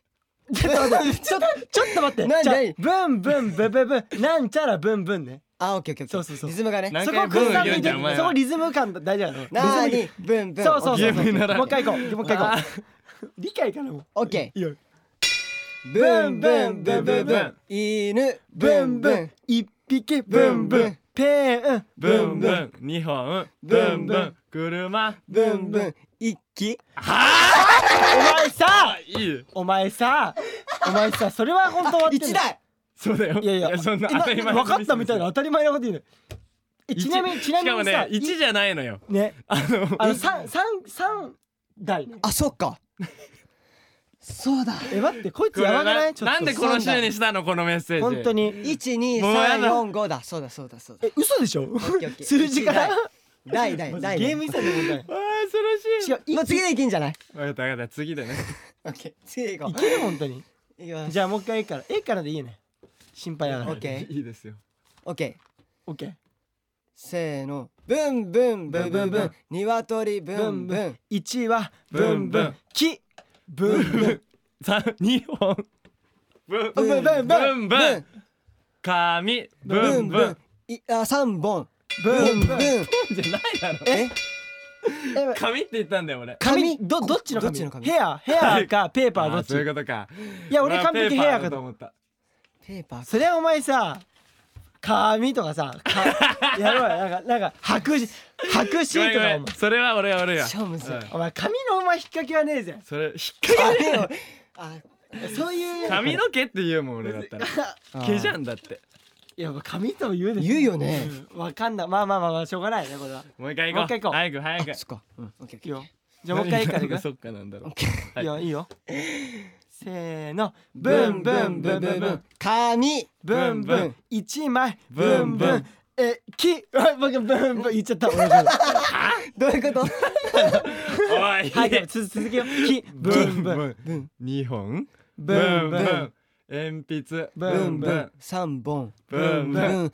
[SPEAKER 3] ちょっと待ってちょっとちょっと待って
[SPEAKER 1] 何
[SPEAKER 3] じゃあ
[SPEAKER 1] 何
[SPEAKER 3] ブンブンブンブンブンなんちゃらブンブンね
[SPEAKER 1] あオッケーオッケーオッケー
[SPEAKER 3] そうそうそう
[SPEAKER 1] リズムがね
[SPEAKER 2] 何
[SPEAKER 3] そ
[SPEAKER 2] 回
[SPEAKER 3] こ
[SPEAKER 2] ブン
[SPEAKER 3] 崩さ
[SPEAKER 2] 言
[SPEAKER 3] な
[SPEAKER 2] う
[SPEAKER 3] い
[SPEAKER 2] んだ
[SPEAKER 3] で
[SPEAKER 2] よお前
[SPEAKER 3] そこ
[SPEAKER 2] は
[SPEAKER 3] リズム感大事だね
[SPEAKER 1] な
[SPEAKER 3] リズ
[SPEAKER 1] ーにブンブ
[SPEAKER 3] ム
[SPEAKER 1] ン
[SPEAKER 3] そうそう
[SPEAKER 1] オッケ
[SPEAKER 3] そ
[SPEAKER 1] ー
[SPEAKER 2] ゲ
[SPEAKER 3] う
[SPEAKER 2] ームにならん
[SPEAKER 3] もう一回行こうもう一回行
[SPEAKER 2] あ
[SPEAKER 3] こう理解かなも
[SPEAKER 1] オッケ
[SPEAKER 3] ういいよ
[SPEAKER 1] ーブンブンブンブンブン犬ブンブン
[SPEAKER 3] 一匹ブンブンペン
[SPEAKER 2] ブンブン日本ブンブン車
[SPEAKER 1] ブンブン一気
[SPEAKER 3] お前さ
[SPEAKER 2] あいい
[SPEAKER 3] お前さお前さそれは本当終わってる
[SPEAKER 1] 一台
[SPEAKER 2] そうだよ
[SPEAKER 3] いやいや
[SPEAKER 2] そんな
[SPEAKER 3] え
[SPEAKER 2] 当たり前
[SPEAKER 3] 分かったみたいな当たり前なこと言うねえ
[SPEAKER 2] 一
[SPEAKER 3] ちなみにちなみに
[SPEAKER 2] しか
[SPEAKER 3] さ
[SPEAKER 2] もね1じゃないのよ
[SPEAKER 3] いね
[SPEAKER 2] あ
[SPEAKER 3] [laughs]
[SPEAKER 2] の
[SPEAKER 3] あの三三三台ね
[SPEAKER 1] あそっかそうだ
[SPEAKER 3] え待ってこいつ
[SPEAKER 2] これ
[SPEAKER 3] やばくな
[SPEAKER 2] ない
[SPEAKER 3] ちょっと
[SPEAKER 2] なんでこの週にしたのこのメッセージ
[SPEAKER 3] 本当に
[SPEAKER 1] 一二
[SPEAKER 2] もうや
[SPEAKER 1] 三
[SPEAKER 2] だ
[SPEAKER 1] 四五だそうだそうだそうだ
[SPEAKER 3] え嘘でしょ
[SPEAKER 1] ケーオッケー
[SPEAKER 3] [laughs] 数字から
[SPEAKER 1] 台台台
[SPEAKER 3] ゲーム以外の問
[SPEAKER 1] [laughs]
[SPEAKER 3] 題
[SPEAKER 2] あー恐ろしい
[SPEAKER 3] 違うい
[SPEAKER 1] もう次でいけんじゃない
[SPEAKER 2] 分かった分かった次でね
[SPEAKER 1] オッケー次行こ
[SPEAKER 3] いける本当に
[SPEAKER 1] ういきます
[SPEAKER 3] じゃあもう一回 A から A からでいいね心配やから
[SPEAKER 1] オッケー
[SPEAKER 2] いいですよ
[SPEAKER 1] オッケー
[SPEAKER 3] オッケー
[SPEAKER 1] せーのブンブンブンブンブン鶏ブンブン
[SPEAKER 3] 1はブンブン木ブンブン
[SPEAKER 2] 三二本ブン
[SPEAKER 3] ブンブンブ
[SPEAKER 2] ブンブン紙ブンブン
[SPEAKER 1] いあ三本
[SPEAKER 3] ブ
[SPEAKER 1] ブ
[SPEAKER 3] ン
[SPEAKER 1] ン
[SPEAKER 3] ブ
[SPEAKER 1] ブン
[SPEAKER 3] ン
[SPEAKER 2] じゃないだろ
[SPEAKER 1] え
[SPEAKER 2] 紙って言ったんだよ俺
[SPEAKER 3] 紙どどっちの
[SPEAKER 1] ど
[SPEAKER 3] 紙
[SPEAKER 1] っちの紙
[SPEAKER 3] ヘアヘアかペーパーど
[SPEAKER 2] あ
[SPEAKER 3] っ
[SPEAKER 2] そういうこ
[SPEAKER 3] ち
[SPEAKER 2] とか
[SPEAKER 3] いや俺
[SPEAKER 2] まあ
[SPEAKER 3] 完璧
[SPEAKER 2] ペーパー
[SPEAKER 3] ヘアか
[SPEAKER 2] だ
[SPEAKER 3] と
[SPEAKER 2] と思った
[SPEAKER 1] ペーパー
[SPEAKER 3] そりゃお前さ紙とかさ
[SPEAKER 2] [laughs]
[SPEAKER 3] かやろうよなんかなんか白紙白紙と
[SPEAKER 2] ご
[SPEAKER 3] か
[SPEAKER 2] めんごめ
[SPEAKER 3] お前
[SPEAKER 2] んそれは俺は俺や
[SPEAKER 1] 超むずい
[SPEAKER 2] うん
[SPEAKER 3] お前紙のお前引っ掛けはねえぜ
[SPEAKER 2] それ引っ
[SPEAKER 1] あ
[SPEAKER 2] 掛
[SPEAKER 1] でもあ
[SPEAKER 3] いやそういう
[SPEAKER 2] け髪の毛って言うもん俺だったら
[SPEAKER 1] あー
[SPEAKER 2] 毛じゃんだって
[SPEAKER 3] いやっぱ紙とも言うでしょ
[SPEAKER 1] 言うよね
[SPEAKER 3] うんわかんないまあまあまあまあしょうがないねこれは
[SPEAKER 2] もう一回
[SPEAKER 3] もう
[SPEAKER 2] 行
[SPEAKER 3] 一
[SPEAKER 2] こ
[SPEAKER 3] 回
[SPEAKER 2] う
[SPEAKER 3] 行こう
[SPEAKER 2] 早く早く
[SPEAKER 1] あそっかうんオッケーオッ
[SPEAKER 3] いい
[SPEAKER 1] ケー
[SPEAKER 3] よじゃあもう一回いいからい
[SPEAKER 2] 何
[SPEAKER 3] く
[SPEAKER 2] がそっかなんだろう
[SPEAKER 1] オッケー
[SPEAKER 2] はい
[SPEAKER 3] いよいいよせーの
[SPEAKER 1] ブ
[SPEAKER 3] ブン
[SPEAKER 1] ン
[SPEAKER 3] ブ
[SPEAKER 1] ブ
[SPEAKER 3] ン
[SPEAKER 1] ン
[SPEAKER 3] ブ
[SPEAKER 1] ブ
[SPEAKER 3] ン
[SPEAKER 1] ン
[SPEAKER 3] ブ
[SPEAKER 1] ブ
[SPEAKER 3] ン
[SPEAKER 1] ン
[SPEAKER 3] ブ
[SPEAKER 1] ブ
[SPEAKER 3] ン
[SPEAKER 1] ン紙
[SPEAKER 3] ブンブ
[SPEAKER 2] ブ
[SPEAKER 3] ン
[SPEAKER 2] ン
[SPEAKER 3] 一枚ブ
[SPEAKER 2] ブ
[SPEAKER 3] ン
[SPEAKER 2] ン
[SPEAKER 3] ブ
[SPEAKER 2] ブ
[SPEAKER 3] ン
[SPEAKER 2] ン
[SPEAKER 3] えきあ [laughs] 僕ブンブン言っちゃった俺が
[SPEAKER 1] どういうこと
[SPEAKER 2] おい
[SPEAKER 3] はいでもつ続けようきブ
[SPEAKER 2] ブ
[SPEAKER 3] ン
[SPEAKER 2] ン
[SPEAKER 3] ブン
[SPEAKER 2] ブン二本
[SPEAKER 3] ブ
[SPEAKER 2] ブ
[SPEAKER 3] ン
[SPEAKER 2] ン
[SPEAKER 3] ブ
[SPEAKER 2] ブ
[SPEAKER 3] ン
[SPEAKER 2] ン鉛筆
[SPEAKER 1] ブ
[SPEAKER 3] ブン
[SPEAKER 1] ン
[SPEAKER 3] ブ
[SPEAKER 1] ブ
[SPEAKER 3] ン
[SPEAKER 1] ン三本
[SPEAKER 2] ブンブン
[SPEAKER 1] ン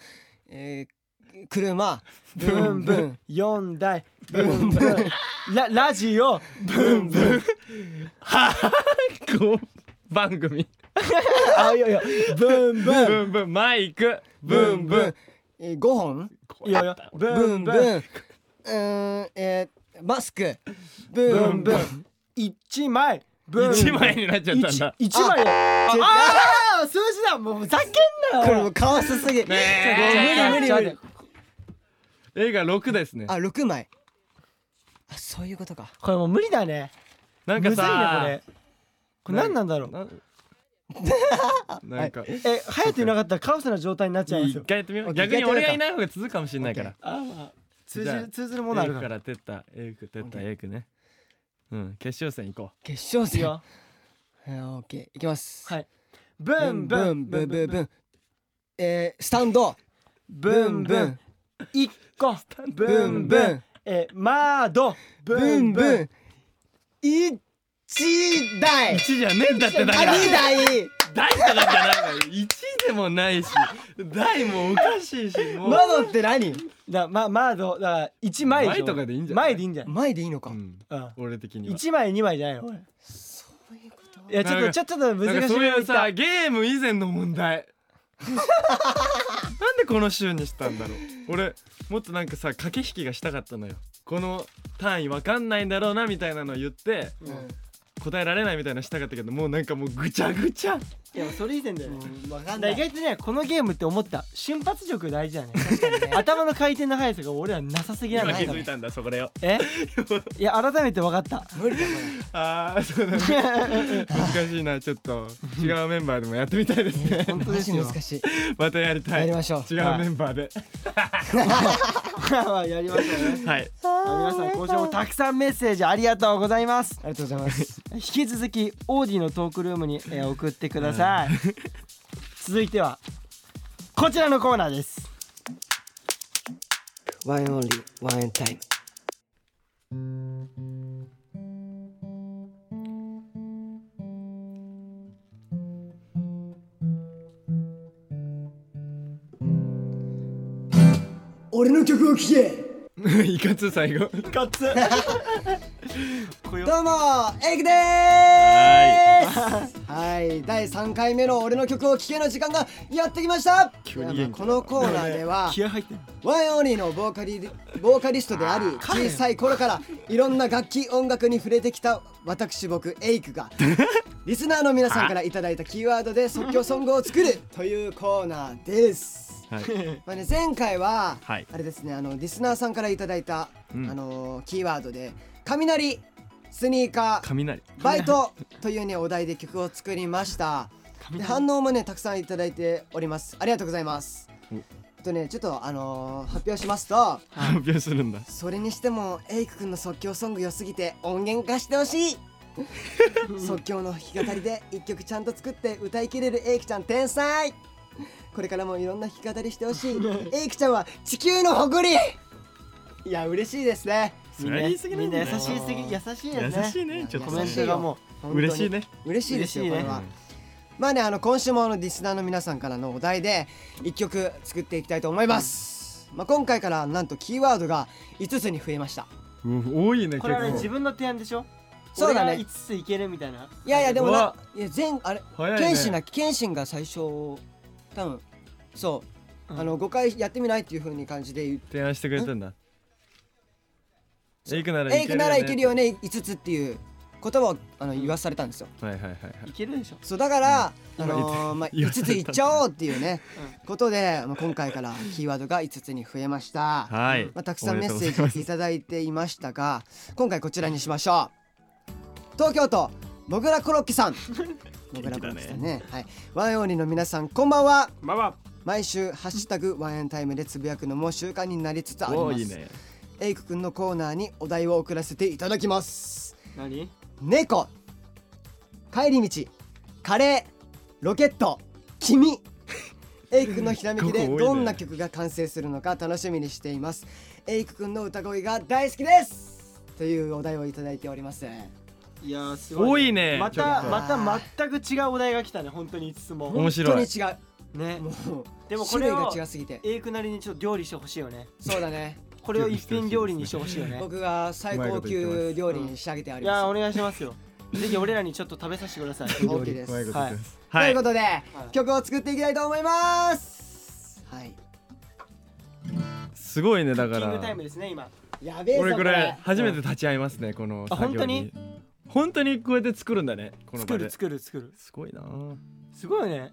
[SPEAKER 1] えー車
[SPEAKER 3] ブンブン四台ブンブンララジオブンブン
[SPEAKER 2] こう番組
[SPEAKER 3] あいやいやブンブン
[SPEAKER 2] ブンブンマイクブンブン
[SPEAKER 1] えー五本
[SPEAKER 3] いやいやブ
[SPEAKER 1] ブ
[SPEAKER 3] ン
[SPEAKER 1] ン
[SPEAKER 3] ブ
[SPEAKER 1] ブン
[SPEAKER 3] ン
[SPEAKER 1] うーんえーマスク
[SPEAKER 3] ブ
[SPEAKER 1] ブ
[SPEAKER 3] ン
[SPEAKER 1] ン
[SPEAKER 3] ブ
[SPEAKER 1] ブ
[SPEAKER 3] ン
[SPEAKER 1] ン
[SPEAKER 3] 一枚ブンブン
[SPEAKER 2] 一枚になっちゃったんだ
[SPEAKER 3] 一一枚あ
[SPEAKER 1] ちょ
[SPEAKER 3] あー数字だもうふざけんな
[SPEAKER 1] これ
[SPEAKER 3] よ
[SPEAKER 1] もうカオスすぎ
[SPEAKER 2] ねえ
[SPEAKER 1] 無理無理無理
[SPEAKER 2] 絵が6ですね
[SPEAKER 1] あ六枚あそういうことか
[SPEAKER 3] これもう無理だね
[SPEAKER 2] なんか
[SPEAKER 3] むずいね
[SPEAKER 2] さ
[SPEAKER 3] これこれ何なんだろう
[SPEAKER 2] ななんか
[SPEAKER 3] え生えてなかったらカオスな状態になっちゃいます
[SPEAKER 2] 一
[SPEAKER 3] よ
[SPEAKER 2] 回やってみよ
[SPEAKER 1] オ
[SPEAKER 2] う
[SPEAKER 1] ッケー
[SPEAKER 2] 逆に
[SPEAKER 1] 一回
[SPEAKER 2] 俺
[SPEAKER 1] やっ
[SPEAKER 2] が
[SPEAKER 1] て
[SPEAKER 2] い
[SPEAKER 1] み
[SPEAKER 2] ない方が続くかもしれないから
[SPEAKER 3] あまあ通
[SPEAKER 2] じ
[SPEAKER 3] じ
[SPEAKER 2] ゃあ
[SPEAKER 3] る通ずるものあ
[SPEAKER 2] A
[SPEAKER 3] る
[SPEAKER 2] 区
[SPEAKER 3] か
[SPEAKER 2] かららテッタ A 区テッタ
[SPEAKER 1] オッケ
[SPEAKER 2] A 区ねうん決勝戦行こ
[SPEAKER 1] 決勝
[SPEAKER 3] いい
[SPEAKER 1] 戦
[SPEAKER 3] よ
[SPEAKER 1] えーオッケーいきます
[SPEAKER 3] はいブ
[SPEAKER 1] ブ
[SPEAKER 3] ン
[SPEAKER 1] ン
[SPEAKER 3] ブ
[SPEAKER 1] ブ
[SPEAKER 3] ン
[SPEAKER 1] ンブ
[SPEAKER 3] ブン
[SPEAKER 1] ンブ
[SPEAKER 3] ブン
[SPEAKER 1] ンブ
[SPEAKER 3] ブン
[SPEAKER 1] ンえースタンド
[SPEAKER 3] ブンブン一個ブ
[SPEAKER 1] ブ
[SPEAKER 3] ン
[SPEAKER 1] ン
[SPEAKER 3] ブ
[SPEAKER 1] ブ
[SPEAKER 3] ン
[SPEAKER 1] ン
[SPEAKER 3] え窓
[SPEAKER 1] ブンブン一
[SPEAKER 2] う
[SPEAKER 1] 台
[SPEAKER 2] 1じゃねえんだってだから
[SPEAKER 1] 二台
[SPEAKER 2] 大とかじゃないの1でもないし大もおかしいしもう
[SPEAKER 1] 窓って何
[SPEAKER 3] だま窓だから一枚で
[SPEAKER 2] 前
[SPEAKER 3] しょ
[SPEAKER 2] とかでいいんじゃない
[SPEAKER 3] 前でいいんじゃない
[SPEAKER 1] 前でいいのか
[SPEAKER 2] うん
[SPEAKER 3] うん
[SPEAKER 2] 俺的には
[SPEAKER 3] 一枚二枚じゃないよ
[SPEAKER 1] そういうこと
[SPEAKER 3] いやちょ
[SPEAKER 2] な
[SPEAKER 3] っと
[SPEAKER 2] んか
[SPEAKER 3] ちょっとちょっと
[SPEAKER 2] なん
[SPEAKER 3] 難
[SPEAKER 2] か
[SPEAKER 3] しい
[SPEAKER 2] そう
[SPEAKER 3] の
[SPEAKER 2] い
[SPEAKER 3] いうった
[SPEAKER 2] さゲーム以前の問
[SPEAKER 3] [laughs]
[SPEAKER 2] 題なんでこの週にしたんだろう俺もっとなんかさ駆け引きがしたかったのよこの単位わかんないんだろうなみたいなの言って
[SPEAKER 1] うん
[SPEAKER 2] 答えられないみたいなのしたかったけどもうなんかもうぐちゃぐちゃ
[SPEAKER 3] いやそれ以前だよね
[SPEAKER 1] うんわか
[SPEAKER 3] だ
[SPEAKER 1] んな
[SPEAKER 3] から
[SPEAKER 1] い
[SPEAKER 3] 意外とねこのゲームって思った瞬発力大事だね頭の回転の速さが俺らなさすぎな
[SPEAKER 2] 今
[SPEAKER 3] の
[SPEAKER 1] や
[SPEAKER 2] 気
[SPEAKER 1] ない
[SPEAKER 2] づいたんだそこだよ
[SPEAKER 3] えいや改めて分かった
[SPEAKER 2] [laughs]
[SPEAKER 3] [laughs]
[SPEAKER 1] 無理だこ
[SPEAKER 2] ああそうなんだ
[SPEAKER 1] [laughs]
[SPEAKER 2] 難しいなちょっと違うメンバーでもやってみたいですね
[SPEAKER 1] れ本当です
[SPEAKER 3] よ
[SPEAKER 1] 難しい
[SPEAKER 2] またやりた
[SPEAKER 1] や
[SPEAKER 2] い違
[SPEAKER 1] り
[SPEAKER 2] う
[SPEAKER 1] ましょう
[SPEAKER 2] メンバーで
[SPEAKER 3] まあまあやりましょうね
[SPEAKER 2] はい
[SPEAKER 3] 皆さん今週もたくさんメッセージありがとうございます
[SPEAKER 1] ありがとうございます
[SPEAKER 3] 引き続きオーディのトークルームに、えー送ってください続いてはこちらのコーナーです
[SPEAKER 1] ワンオンリーワンエンタイム俺の曲を聴け
[SPEAKER 2] い [laughs] かつ最後
[SPEAKER 3] ガッツ
[SPEAKER 1] どうもエイクで
[SPEAKER 2] は
[SPEAKER 1] ーすはい第3回目の俺の曲を聴けの時間がやってきました
[SPEAKER 2] 急に元気だ
[SPEAKER 1] このコーナーでは
[SPEAKER 3] 気合入ってる
[SPEAKER 1] ワインオニーのボーカリボーカリストであり小さい頃からいろんな楽器音楽に触れてきた私僕エイク
[SPEAKER 2] [laughs]
[SPEAKER 1] がリスナーの皆さんからいただいたキーワードで即興ソングを作
[SPEAKER 2] [laughs]
[SPEAKER 1] るというコーナーです。
[SPEAKER 2] はい
[SPEAKER 1] まあね、前回は、
[SPEAKER 2] はい
[SPEAKER 1] あれですねあのリスナーさんからいただいた、
[SPEAKER 2] うん
[SPEAKER 1] あのキーワードで「雷」「スニーカー」
[SPEAKER 2] 雷
[SPEAKER 1] 「バイト」という、ね、お題で曲を作りました。で反応もねたくさんいただいておりますありがとうございます
[SPEAKER 2] お
[SPEAKER 1] えっとねちょっとあのー発表しますと
[SPEAKER 2] 発表するんだ
[SPEAKER 1] それにしてもエイクくんの即興ソング良すぎて音源化してほしい
[SPEAKER 2] [laughs]
[SPEAKER 1] 即興の弾き語りで一曲ちゃんと作って歌いきれるエイクちゃん天才これからもいろんな弾き語りしてほ
[SPEAKER 2] [laughs]
[SPEAKER 1] しいエイクちゃんは地球の誇りいや嬉しいですね
[SPEAKER 2] それは言い過ぎな
[SPEAKER 3] み
[SPEAKER 2] ん
[SPEAKER 3] んな
[SPEAKER 2] だ
[SPEAKER 3] 優
[SPEAKER 2] よ
[SPEAKER 3] しいすぎ優しいで
[SPEAKER 2] 優
[SPEAKER 3] す
[SPEAKER 2] し
[SPEAKER 3] ね
[SPEAKER 2] いねちょっと
[SPEAKER 3] コ
[SPEAKER 1] 優
[SPEAKER 3] メン
[SPEAKER 1] しい
[SPEAKER 3] トがも
[SPEAKER 1] 本当に
[SPEAKER 2] 嬉しいね
[SPEAKER 1] 嬉しいですよ、
[SPEAKER 3] 嬉しいね
[SPEAKER 1] これはまあねあの今週もあのリスナーの皆さんからのお題で一曲作っていきたいと思います、まあ、今回からなんとキーワードが5つに増えました
[SPEAKER 2] ううん多いね
[SPEAKER 3] う
[SPEAKER 2] 結
[SPEAKER 3] これはね自
[SPEAKER 2] 構
[SPEAKER 3] 分の提案でしょ
[SPEAKER 1] そうだね
[SPEAKER 3] 俺が5ついけるみたいない
[SPEAKER 1] やいやでも
[SPEAKER 2] う
[SPEAKER 1] な
[SPEAKER 2] わ
[SPEAKER 1] いや前あれ
[SPEAKER 2] 早
[SPEAKER 1] 謙
[SPEAKER 2] い
[SPEAKER 1] 信
[SPEAKER 2] ね
[SPEAKER 1] だ謙信が最初多分そう、
[SPEAKER 3] うん
[SPEAKER 1] あの5回やってみないっていう風に感じで言っ
[SPEAKER 2] 提案してくれたんだエイクなら
[SPEAKER 1] エイクならいけるよ
[SPEAKER 2] ね
[SPEAKER 1] ね5つっていう言葉をあの言わされたんですよ
[SPEAKER 2] はいはいはいはい
[SPEAKER 3] けるでしょ
[SPEAKER 1] そうだから、
[SPEAKER 2] うん
[SPEAKER 1] あのーまあ、
[SPEAKER 2] 言
[SPEAKER 1] 5
[SPEAKER 2] わされ
[SPEAKER 1] つ
[SPEAKER 2] た
[SPEAKER 1] いっちゃおうっていうね、ことで、まあ、今回からキーワードが5つに増えました、
[SPEAKER 2] いはい
[SPEAKER 1] まあ、たくさんメッセ
[SPEAKER 2] おめでとうございま
[SPEAKER 1] ー
[SPEAKER 2] す
[SPEAKER 1] ジいただいていましたが今回こちらにしましょう東京都もぐらコロッケ
[SPEAKER 2] [laughs]
[SPEAKER 1] さんもぐらコロッケさんねはい、ワンオンリーの皆さんこんばんは
[SPEAKER 3] まあまあ
[SPEAKER 1] 毎週「ハッシュタグワンエンタイム」でつぶやくのも習慣になりつつあり
[SPEAKER 2] お
[SPEAKER 1] ま
[SPEAKER 2] ー
[SPEAKER 1] す
[SPEAKER 2] いいね
[SPEAKER 1] エイクくんのコーナーにお題を送らせていただきます
[SPEAKER 3] 何
[SPEAKER 1] 猫帰り道カレーロケット君エイクのひらめきで
[SPEAKER 2] [laughs] ここ多いね
[SPEAKER 1] どんな曲が完成するのか楽しみにしていますエイクくんの歌声が大好きですというお題をいただいております
[SPEAKER 3] いやーす
[SPEAKER 2] 多
[SPEAKER 3] ごい
[SPEAKER 2] いね
[SPEAKER 3] ま
[SPEAKER 2] ちょったと
[SPEAKER 3] また全く違うお題が来たね本当にいつも
[SPEAKER 2] 面白い
[SPEAKER 1] 本
[SPEAKER 3] ね
[SPEAKER 1] 当に違うもう
[SPEAKER 3] でもこ
[SPEAKER 1] 種類
[SPEAKER 3] れ
[SPEAKER 1] が
[SPEAKER 3] を
[SPEAKER 1] 違うすぎて
[SPEAKER 3] エイクなりにちょっと料理してほしいよね
[SPEAKER 1] そうだね
[SPEAKER 3] これを一品料理にしてほしいよね
[SPEAKER 1] 僕が最高級料理に仕上げてあ
[SPEAKER 3] い
[SPEAKER 1] り
[SPEAKER 3] やーお
[SPEAKER 1] ます
[SPEAKER 3] 願いしますよぜひ俺らにちょっと食べさせてください
[SPEAKER 1] OK です、
[SPEAKER 2] うまいこと言ってます
[SPEAKER 1] と
[SPEAKER 2] はいいう
[SPEAKER 1] ことで、
[SPEAKER 3] い
[SPEAKER 1] 曲を作っていきたいと思いますはい
[SPEAKER 2] すごいねだ
[SPEAKER 3] キ
[SPEAKER 2] か
[SPEAKER 3] ングタイ
[SPEAKER 2] ら
[SPEAKER 3] ムですね今
[SPEAKER 1] やべえぞ
[SPEAKER 2] 俺こ
[SPEAKER 1] こ
[SPEAKER 2] れ
[SPEAKER 1] れ
[SPEAKER 2] 初めて立ち会いますねこの
[SPEAKER 3] あ
[SPEAKER 2] 作業に本当にこうやって作るんだねこの場
[SPEAKER 3] 作
[SPEAKER 2] で
[SPEAKER 3] る
[SPEAKER 2] す
[SPEAKER 3] 作る作る
[SPEAKER 2] ごいな
[SPEAKER 3] すごいよね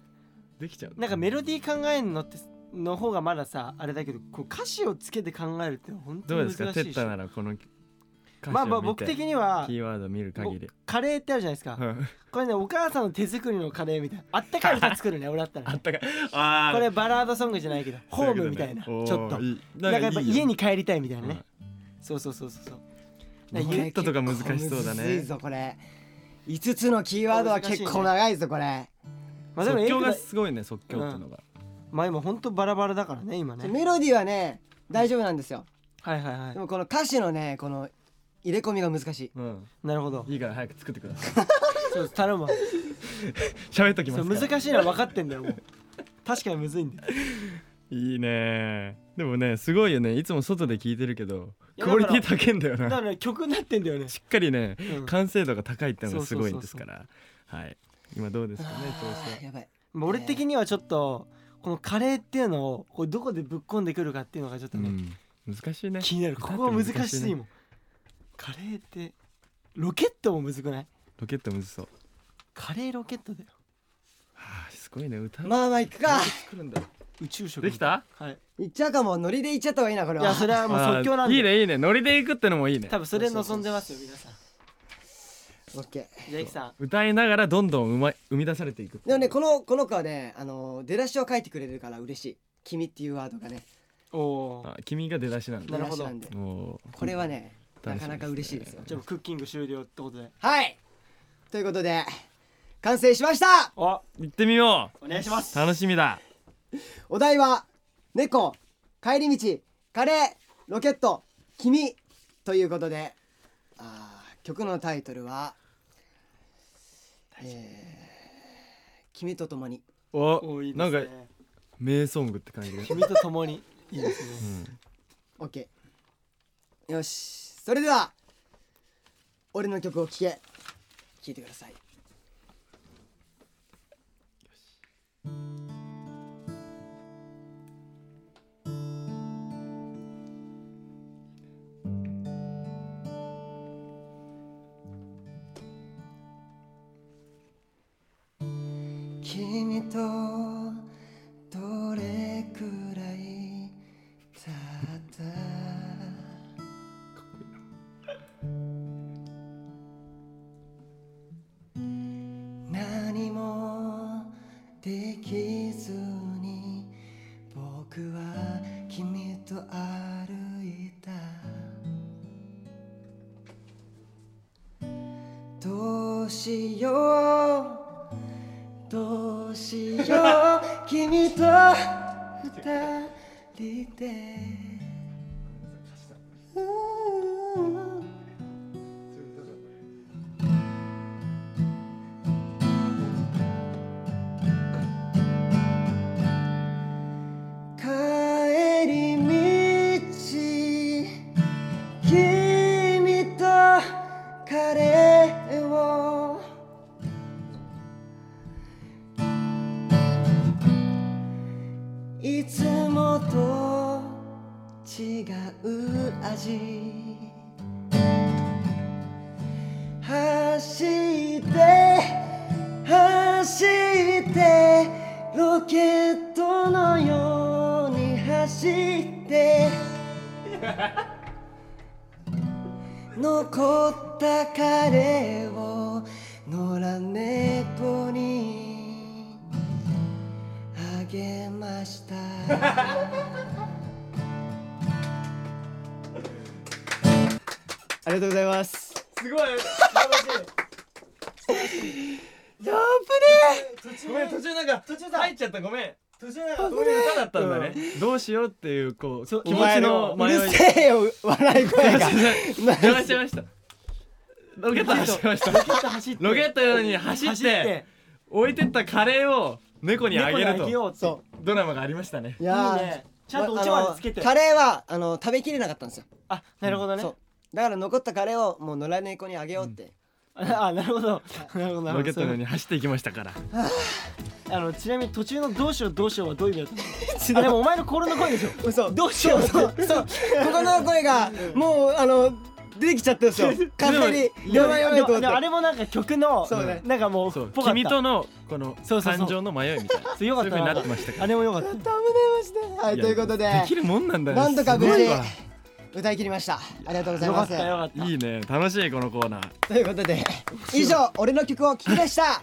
[SPEAKER 2] できちゃう
[SPEAKER 3] なんかメロディー考えんのっての方がまださあれだけどこう歌詞をつけて考えるって本
[SPEAKER 2] ど
[SPEAKER 3] 当
[SPEAKER 2] う
[SPEAKER 3] に
[SPEAKER 2] ですか
[SPEAKER 3] 難
[SPEAKER 2] テ
[SPEAKER 3] しいで
[SPEAKER 2] ッ
[SPEAKER 3] し
[SPEAKER 2] タ
[SPEAKER 3] ょ
[SPEAKER 2] ならこの歌詞を見て
[SPEAKER 3] まあまあ僕的には
[SPEAKER 2] キーワード見る限り
[SPEAKER 3] カレーってあるじゃないですか、
[SPEAKER 2] うん
[SPEAKER 3] これねお母さんの手作りのカレーみたいなあったかい歌作るね俺だったら
[SPEAKER 2] あ
[SPEAKER 3] ね、
[SPEAKER 2] ったかいあー
[SPEAKER 3] これバラードソングじゃないけどホ
[SPEAKER 2] そうう
[SPEAKER 3] ー
[SPEAKER 2] こ
[SPEAKER 3] ム
[SPEAKER 2] とね
[SPEAKER 3] みたいな、
[SPEAKER 2] おー
[SPEAKER 3] ちょっと
[SPEAKER 2] いい
[SPEAKER 3] なんかやっぱ
[SPEAKER 2] いいよ
[SPEAKER 3] 家に帰りたいみたいなね
[SPEAKER 2] はい
[SPEAKER 3] そうそうそうそうそう
[SPEAKER 2] ロケットとか難しそうだね
[SPEAKER 1] 結構むずいぞこれ5つのキーワードは結構長いぞこれ、
[SPEAKER 3] まあでも
[SPEAKER 2] 即
[SPEAKER 3] エイ
[SPEAKER 2] 興
[SPEAKER 3] クが
[SPEAKER 2] がすごいね即興っていうのが
[SPEAKER 3] まあ今ほんとバラバラだからね今ね
[SPEAKER 1] メロディーはね大丈夫なんですよ
[SPEAKER 3] はいはいは
[SPEAKER 1] でもこの歌詞のねこの入れ込みが難しい
[SPEAKER 2] うん
[SPEAKER 3] いなるほど
[SPEAKER 2] いいから早く作ってください
[SPEAKER 3] そう頼むわ
[SPEAKER 2] 喋っときま
[SPEAKER 3] そ
[SPEAKER 2] す
[SPEAKER 3] う
[SPEAKER 2] から
[SPEAKER 3] 難しいのは分かってんだよもう確かにむずいんだよ [laughs]
[SPEAKER 2] いいねでもねすごいよねいつも外で聞いてるけど
[SPEAKER 3] いや
[SPEAKER 2] クオリティ高いんだよ
[SPEAKER 3] だか
[SPEAKER 2] な
[SPEAKER 3] らね曲になってんだよね
[SPEAKER 2] しっかりね
[SPEAKER 3] うん
[SPEAKER 2] 完成度が高いっての
[SPEAKER 3] そ
[SPEAKER 2] が
[SPEAKER 3] う
[SPEAKER 2] す
[SPEAKER 3] そうそう
[SPEAKER 2] ご
[SPEAKER 3] そう
[SPEAKER 2] いんですからはい今どうですかね調
[SPEAKER 1] あー
[SPEAKER 2] 子は
[SPEAKER 1] やばい
[SPEAKER 3] まあ俺的にはちょっとこのカレーっていうのをこうどこでぶっ込んでくるかっていうのがちょっと
[SPEAKER 2] う
[SPEAKER 3] ね、
[SPEAKER 2] ん難しいね
[SPEAKER 3] 気になるここは難しいもんカレーってロケットもむずくない
[SPEAKER 2] ロケットむずそう
[SPEAKER 3] カレーロケットだよ
[SPEAKER 2] はあすごいね歌う
[SPEAKER 1] まあまあいくか
[SPEAKER 2] 作るんだ
[SPEAKER 3] 宇宙食
[SPEAKER 2] できた
[SPEAKER 3] はい
[SPEAKER 1] いっちゃうかもノリでいっちゃった方がいいなこれ
[SPEAKER 3] い
[SPEAKER 1] は
[SPEAKER 3] やそれはもう即興なん
[SPEAKER 2] あー
[SPEAKER 3] で
[SPEAKER 2] いいねいいねノリでいくってのもいいね
[SPEAKER 3] 多分それ望んでますよ皆さん
[SPEAKER 1] オッケー
[SPEAKER 3] じゃあいきさん
[SPEAKER 2] 歌いながらどんどんうまい生み出されていく
[SPEAKER 1] でもねこのこの子はねあの出だしを書いてくれるから嬉しい「君」っていうワードがね
[SPEAKER 3] おお
[SPEAKER 2] あ君が出だしなん
[SPEAKER 1] 出
[SPEAKER 2] だ
[SPEAKER 3] な
[SPEAKER 1] だ
[SPEAKER 3] るほ
[SPEAKER 1] し
[SPEAKER 3] ど
[SPEAKER 1] なんで
[SPEAKER 2] もう
[SPEAKER 1] これはねな
[SPEAKER 2] 楽しみですね
[SPEAKER 1] かなか嬉しいですよ
[SPEAKER 3] じゃあクッキング終了ってことで
[SPEAKER 1] はいということで完成しました
[SPEAKER 3] おお
[SPEAKER 2] 行ってみよ
[SPEAKER 3] 願いします
[SPEAKER 2] う楽しみだ
[SPEAKER 1] お題は「猫」「帰り道」「カレー」「ロケット」「君」ということであー曲のタイトルは「えー君と共に
[SPEAKER 2] お
[SPEAKER 3] おいいで
[SPEAKER 2] な
[SPEAKER 3] す
[SPEAKER 2] ん
[SPEAKER 3] ね
[SPEAKER 2] か名ソングって感じで
[SPEAKER 3] 君と共にいいですね
[SPEAKER 1] OK よしそれでは俺の曲を聴け聴いてください君とどれくらいたった何もできずに僕は君と歩いたどうしようどうしよう君と二人で帰り道君とカレーをいつもと違う味走って走ってロケットのように走って残ったカレーを野良猫にあげました
[SPEAKER 3] [laughs]
[SPEAKER 1] ありがとうございます
[SPEAKER 3] すごい素晴らし
[SPEAKER 1] やっ
[SPEAKER 3] いごめん途中なんか途中だ
[SPEAKER 2] 入っちゃったごめん
[SPEAKER 3] 途中なんか
[SPEAKER 2] こういう歌だったんだねどうしようっていうこう
[SPEAKER 3] そう
[SPEAKER 2] 気持ちの
[SPEAKER 1] ぶねえ
[SPEAKER 2] 迷い
[SPEAKER 1] うるせえよ笑い声が
[SPEAKER 2] 邪魔しましたロケット走ってました
[SPEAKER 3] ロケット走って
[SPEAKER 2] ロケットのように走って置いてったカレーを猫にあげる
[SPEAKER 3] 猫にあげ
[SPEAKER 2] と
[SPEAKER 3] ようって
[SPEAKER 1] そ
[SPEAKER 2] ドラマがありましたね
[SPEAKER 1] い
[SPEAKER 3] い
[SPEAKER 1] やー
[SPEAKER 3] いねちゃんとお茶
[SPEAKER 1] あ
[SPEAKER 3] 碗
[SPEAKER 1] の
[SPEAKER 3] につけて
[SPEAKER 1] カレーはあの食べきれなかったんですよ
[SPEAKER 3] あなるほどね
[SPEAKER 1] そうだから残ったカレーをもう野良猫にあげようって、
[SPEAKER 3] あなるほどなるほどなるほど
[SPEAKER 2] ロケットのように走っていきましたから
[SPEAKER 3] あのちなみに途中のどうしようどうしようはどういう意
[SPEAKER 2] [laughs]
[SPEAKER 3] 味だったのあでもお前の心の声でしょ
[SPEAKER 1] 嘘
[SPEAKER 3] どうしよう
[SPEAKER 1] そうそうそうここの声がもうあの出てきちゃったんですよ完全に
[SPEAKER 3] [laughs] で
[SPEAKER 1] や
[SPEAKER 3] も
[SPEAKER 1] ばいやばい
[SPEAKER 3] で
[SPEAKER 1] と思
[SPEAKER 3] も
[SPEAKER 1] っ
[SPEAKER 3] で
[SPEAKER 1] て
[SPEAKER 3] もあれもなんか曲の
[SPEAKER 1] そうね
[SPEAKER 3] なんかもう
[SPEAKER 2] そう
[SPEAKER 3] ぽかった
[SPEAKER 2] 君とのこの
[SPEAKER 3] そうそうそう
[SPEAKER 2] 感情の迷いみたいな
[SPEAKER 3] そうよか
[SPEAKER 2] そう
[SPEAKER 3] っ
[SPEAKER 2] いう
[SPEAKER 3] た
[SPEAKER 2] 風に
[SPEAKER 3] な
[SPEAKER 2] なってましたから
[SPEAKER 3] あれもよかっ
[SPEAKER 1] やったた危ねえましたはい
[SPEAKER 2] いや
[SPEAKER 1] ということで
[SPEAKER 2] できるもんなんだね
[SPEAKER 1] なんとか無
[SPEAKER 2] す
[SPEAKER 1] 事
[SPEAKER 2] ごいわ
[SPEAKER 1] 歌い切りましたありがとうござい
[SPEAKER 3] よか
[SPEAKER 1] ま
[SPEAKER 3] っ
[SPEAKER 1] す
[SPEAKER 3] たよかった
[SPEAKER 2] いいね楽しいこのコーナー
[SPEAKER 1] ということで以上俺の曲を聴きでした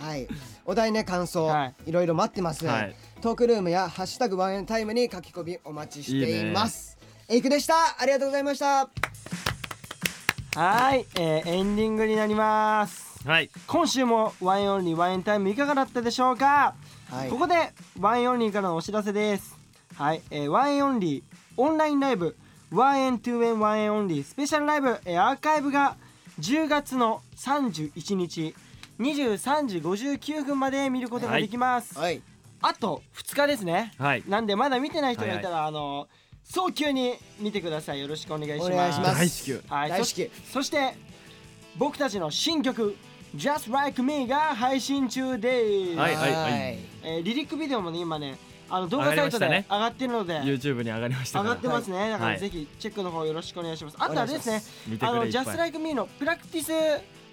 [SPEAKER 1] はいお題ね感想、、
[SPEAKER 3] はい
[SPEAKER 1] ろいろ待ってます、
[SPEAKER 2] はい
[SPEAKER 1] トークルームや「ハッシュタグワンエンタイム」に書き込みお待ちしていますエイクでしたありがとうございました
[SPEAKER 3] はーい、えー、エンディングになります
[SPEAKER 2] はい
[SPEAKER 3] 今週もワインオンリーワインタイムいかがだったでしょうか、
[SPEAKER 1] はい
[SPEAKER 3] ここでワインオンリーからのお知らせですはい、えー、ワインオンリーオンラインライブワイントゥーエンワインオンリースペシャルライブ、えー、アーカイブが10月の31日23時59分まで見ることができます、
[SPEAKER 1] はい
[SPEAKER 3] あと2日ですね
[SPEAKER 2] はい
[SPEAKER 3] なんでまだ見てない人がいたら、あの早急に見てくださいよろしくお願いします
[SPEAKER 1] お願いします
[SPEAKER 2] 大至急
[SPEAKER 3] はい、
[SPEAKER 1] 大
[SPEAKER 3] そ
[SPEAKER 1] 至急
[SPEAKER 3] そして僕たちの新曲「Just Like Me」が配信中です、
[SPEAKER 2] はいはいはい
[SPEAKER 3] えーリリックビデオもね今ねあの動画
[SPEAKER 2] 上がり
[SPEAKER 3] サイ
[SPEAKER 2] ま
[SPEAKER 3] ト
[SPEAKER 2] した
[SPEAKER 3] で
[SPEAKER 2] ね
[SPEAKER 3] 上がってるので、
[SPEAKER 2] YouTube に上がりました
[SPEAKER 3] 上
[SPEAKER 2] から
[SPEAKER 3] がってますね、だから
[SPEAKER 2] はい
[SPEAKER 3] ぜひチェックの方よろしくお願いしますあとはですね
[SPEAKER 2] 見て
[SPEAKER 3] あ
[SPEAKER 2] く
[SPEAKER 3] の
[SPEAKER 2] れいっ
[SPEAKER 3] Just
[SPEAKER 2] ぱい
[SPEAKER 3] Like Me のプラクティス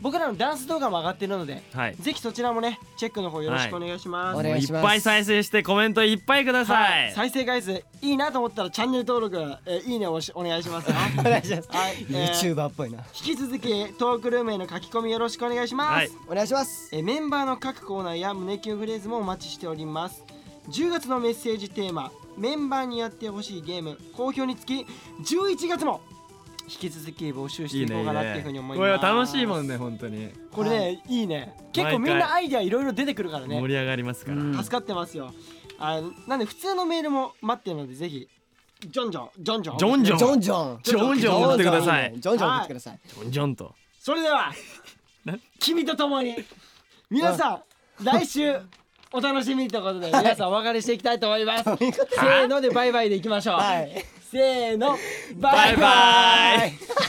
[SPEAKER 3] 僕らのダンス動画も上がってるので
[SPEAKER 2] はい
[SPEAKER 3] ぜひそちらもねチェックの方よろしくお願いしま
[SPEAKER 1] はいお
[SPEAKER 3] す、
[SPEAKER 2] もう
[SPEAKER 1] 願い
[SPEAKER 2] い
[SPEAKER 1] し
[SPEAKER 2] っ
[SPEAKER 1] ます
[SPEAKER 2] ぱい再生してコメントいっぱいください
[SPEAKER 3] 再生回数いいなと思ったらチャンネル登録、えーいいねをおしお願いし
[SPEAKER 2] [laughs]
[SPEAKER 3] ますよ
[SPEAKER 1] お願いします、
[SPEAKER 3] はい、えー
[SPEAKER 1] YouTuber っぽいな
[SPEAKER 3] 引き続きトークルームへの書き込みよろしくお願いします、
[SPEAKER 2] はい
[SPEAKER 1] お願いします
[SPEAKER 3] えーメンバーの各コーナーや胸キュンフレーズもお待ちしております10月のメッセージテーマメンバーにやってほしいゲーム好評につき11月も引き続き募集して
[SPEAKER 2] いい
[SPEAKER 3] いこ
[SPEAKER 2] ねいうい
[SPEAKER 3] かなっていう
[SPEAKER 2] ね
[SPEAKER 3] ふうに思い
[SPEAKER 2] こ
[SPEAKER 3] ます
[SPEAKER 2] れは楽しいもんね本当に
[SPEAKER 3] これね、い、いね結構みん
[SPEAKER 2] 毎
[SPEAKER 3] な
[SPEAKER 2] 回
[SPEAKER 3] アイデアいろいろ出てくるから
[SPEAKER 2] 盛
[SPEAKER 3] ね
[SPEAKER 2] り上がりますから
[SPEAKER 3] うん助かってますよあなんで普通のメールも待ってるのでぜひジョンジョンジョンジョン
[SPEAKER 2] ジョンジョン
[SPEAKER 1] ジョンジョン
[SPEAKER 2] ジョンジョン送ってください
[SPEAKER 1] ジョンジョン送ってください
[SPEAKER 2] ジョンジョンと
[SPEAKER 3] それでは
[SPEAKER 2] な
[SPEAKER 3] 君と共に皆さん来週お楽しみということで皆さんお別れしていきたいと思いますせーのでバイバイでいきましょう、
[SPEAKER 1] はい
[SPEAKER 3] せーの
[SPEAKER 2] バイバイ
[SPEAKER 1] はい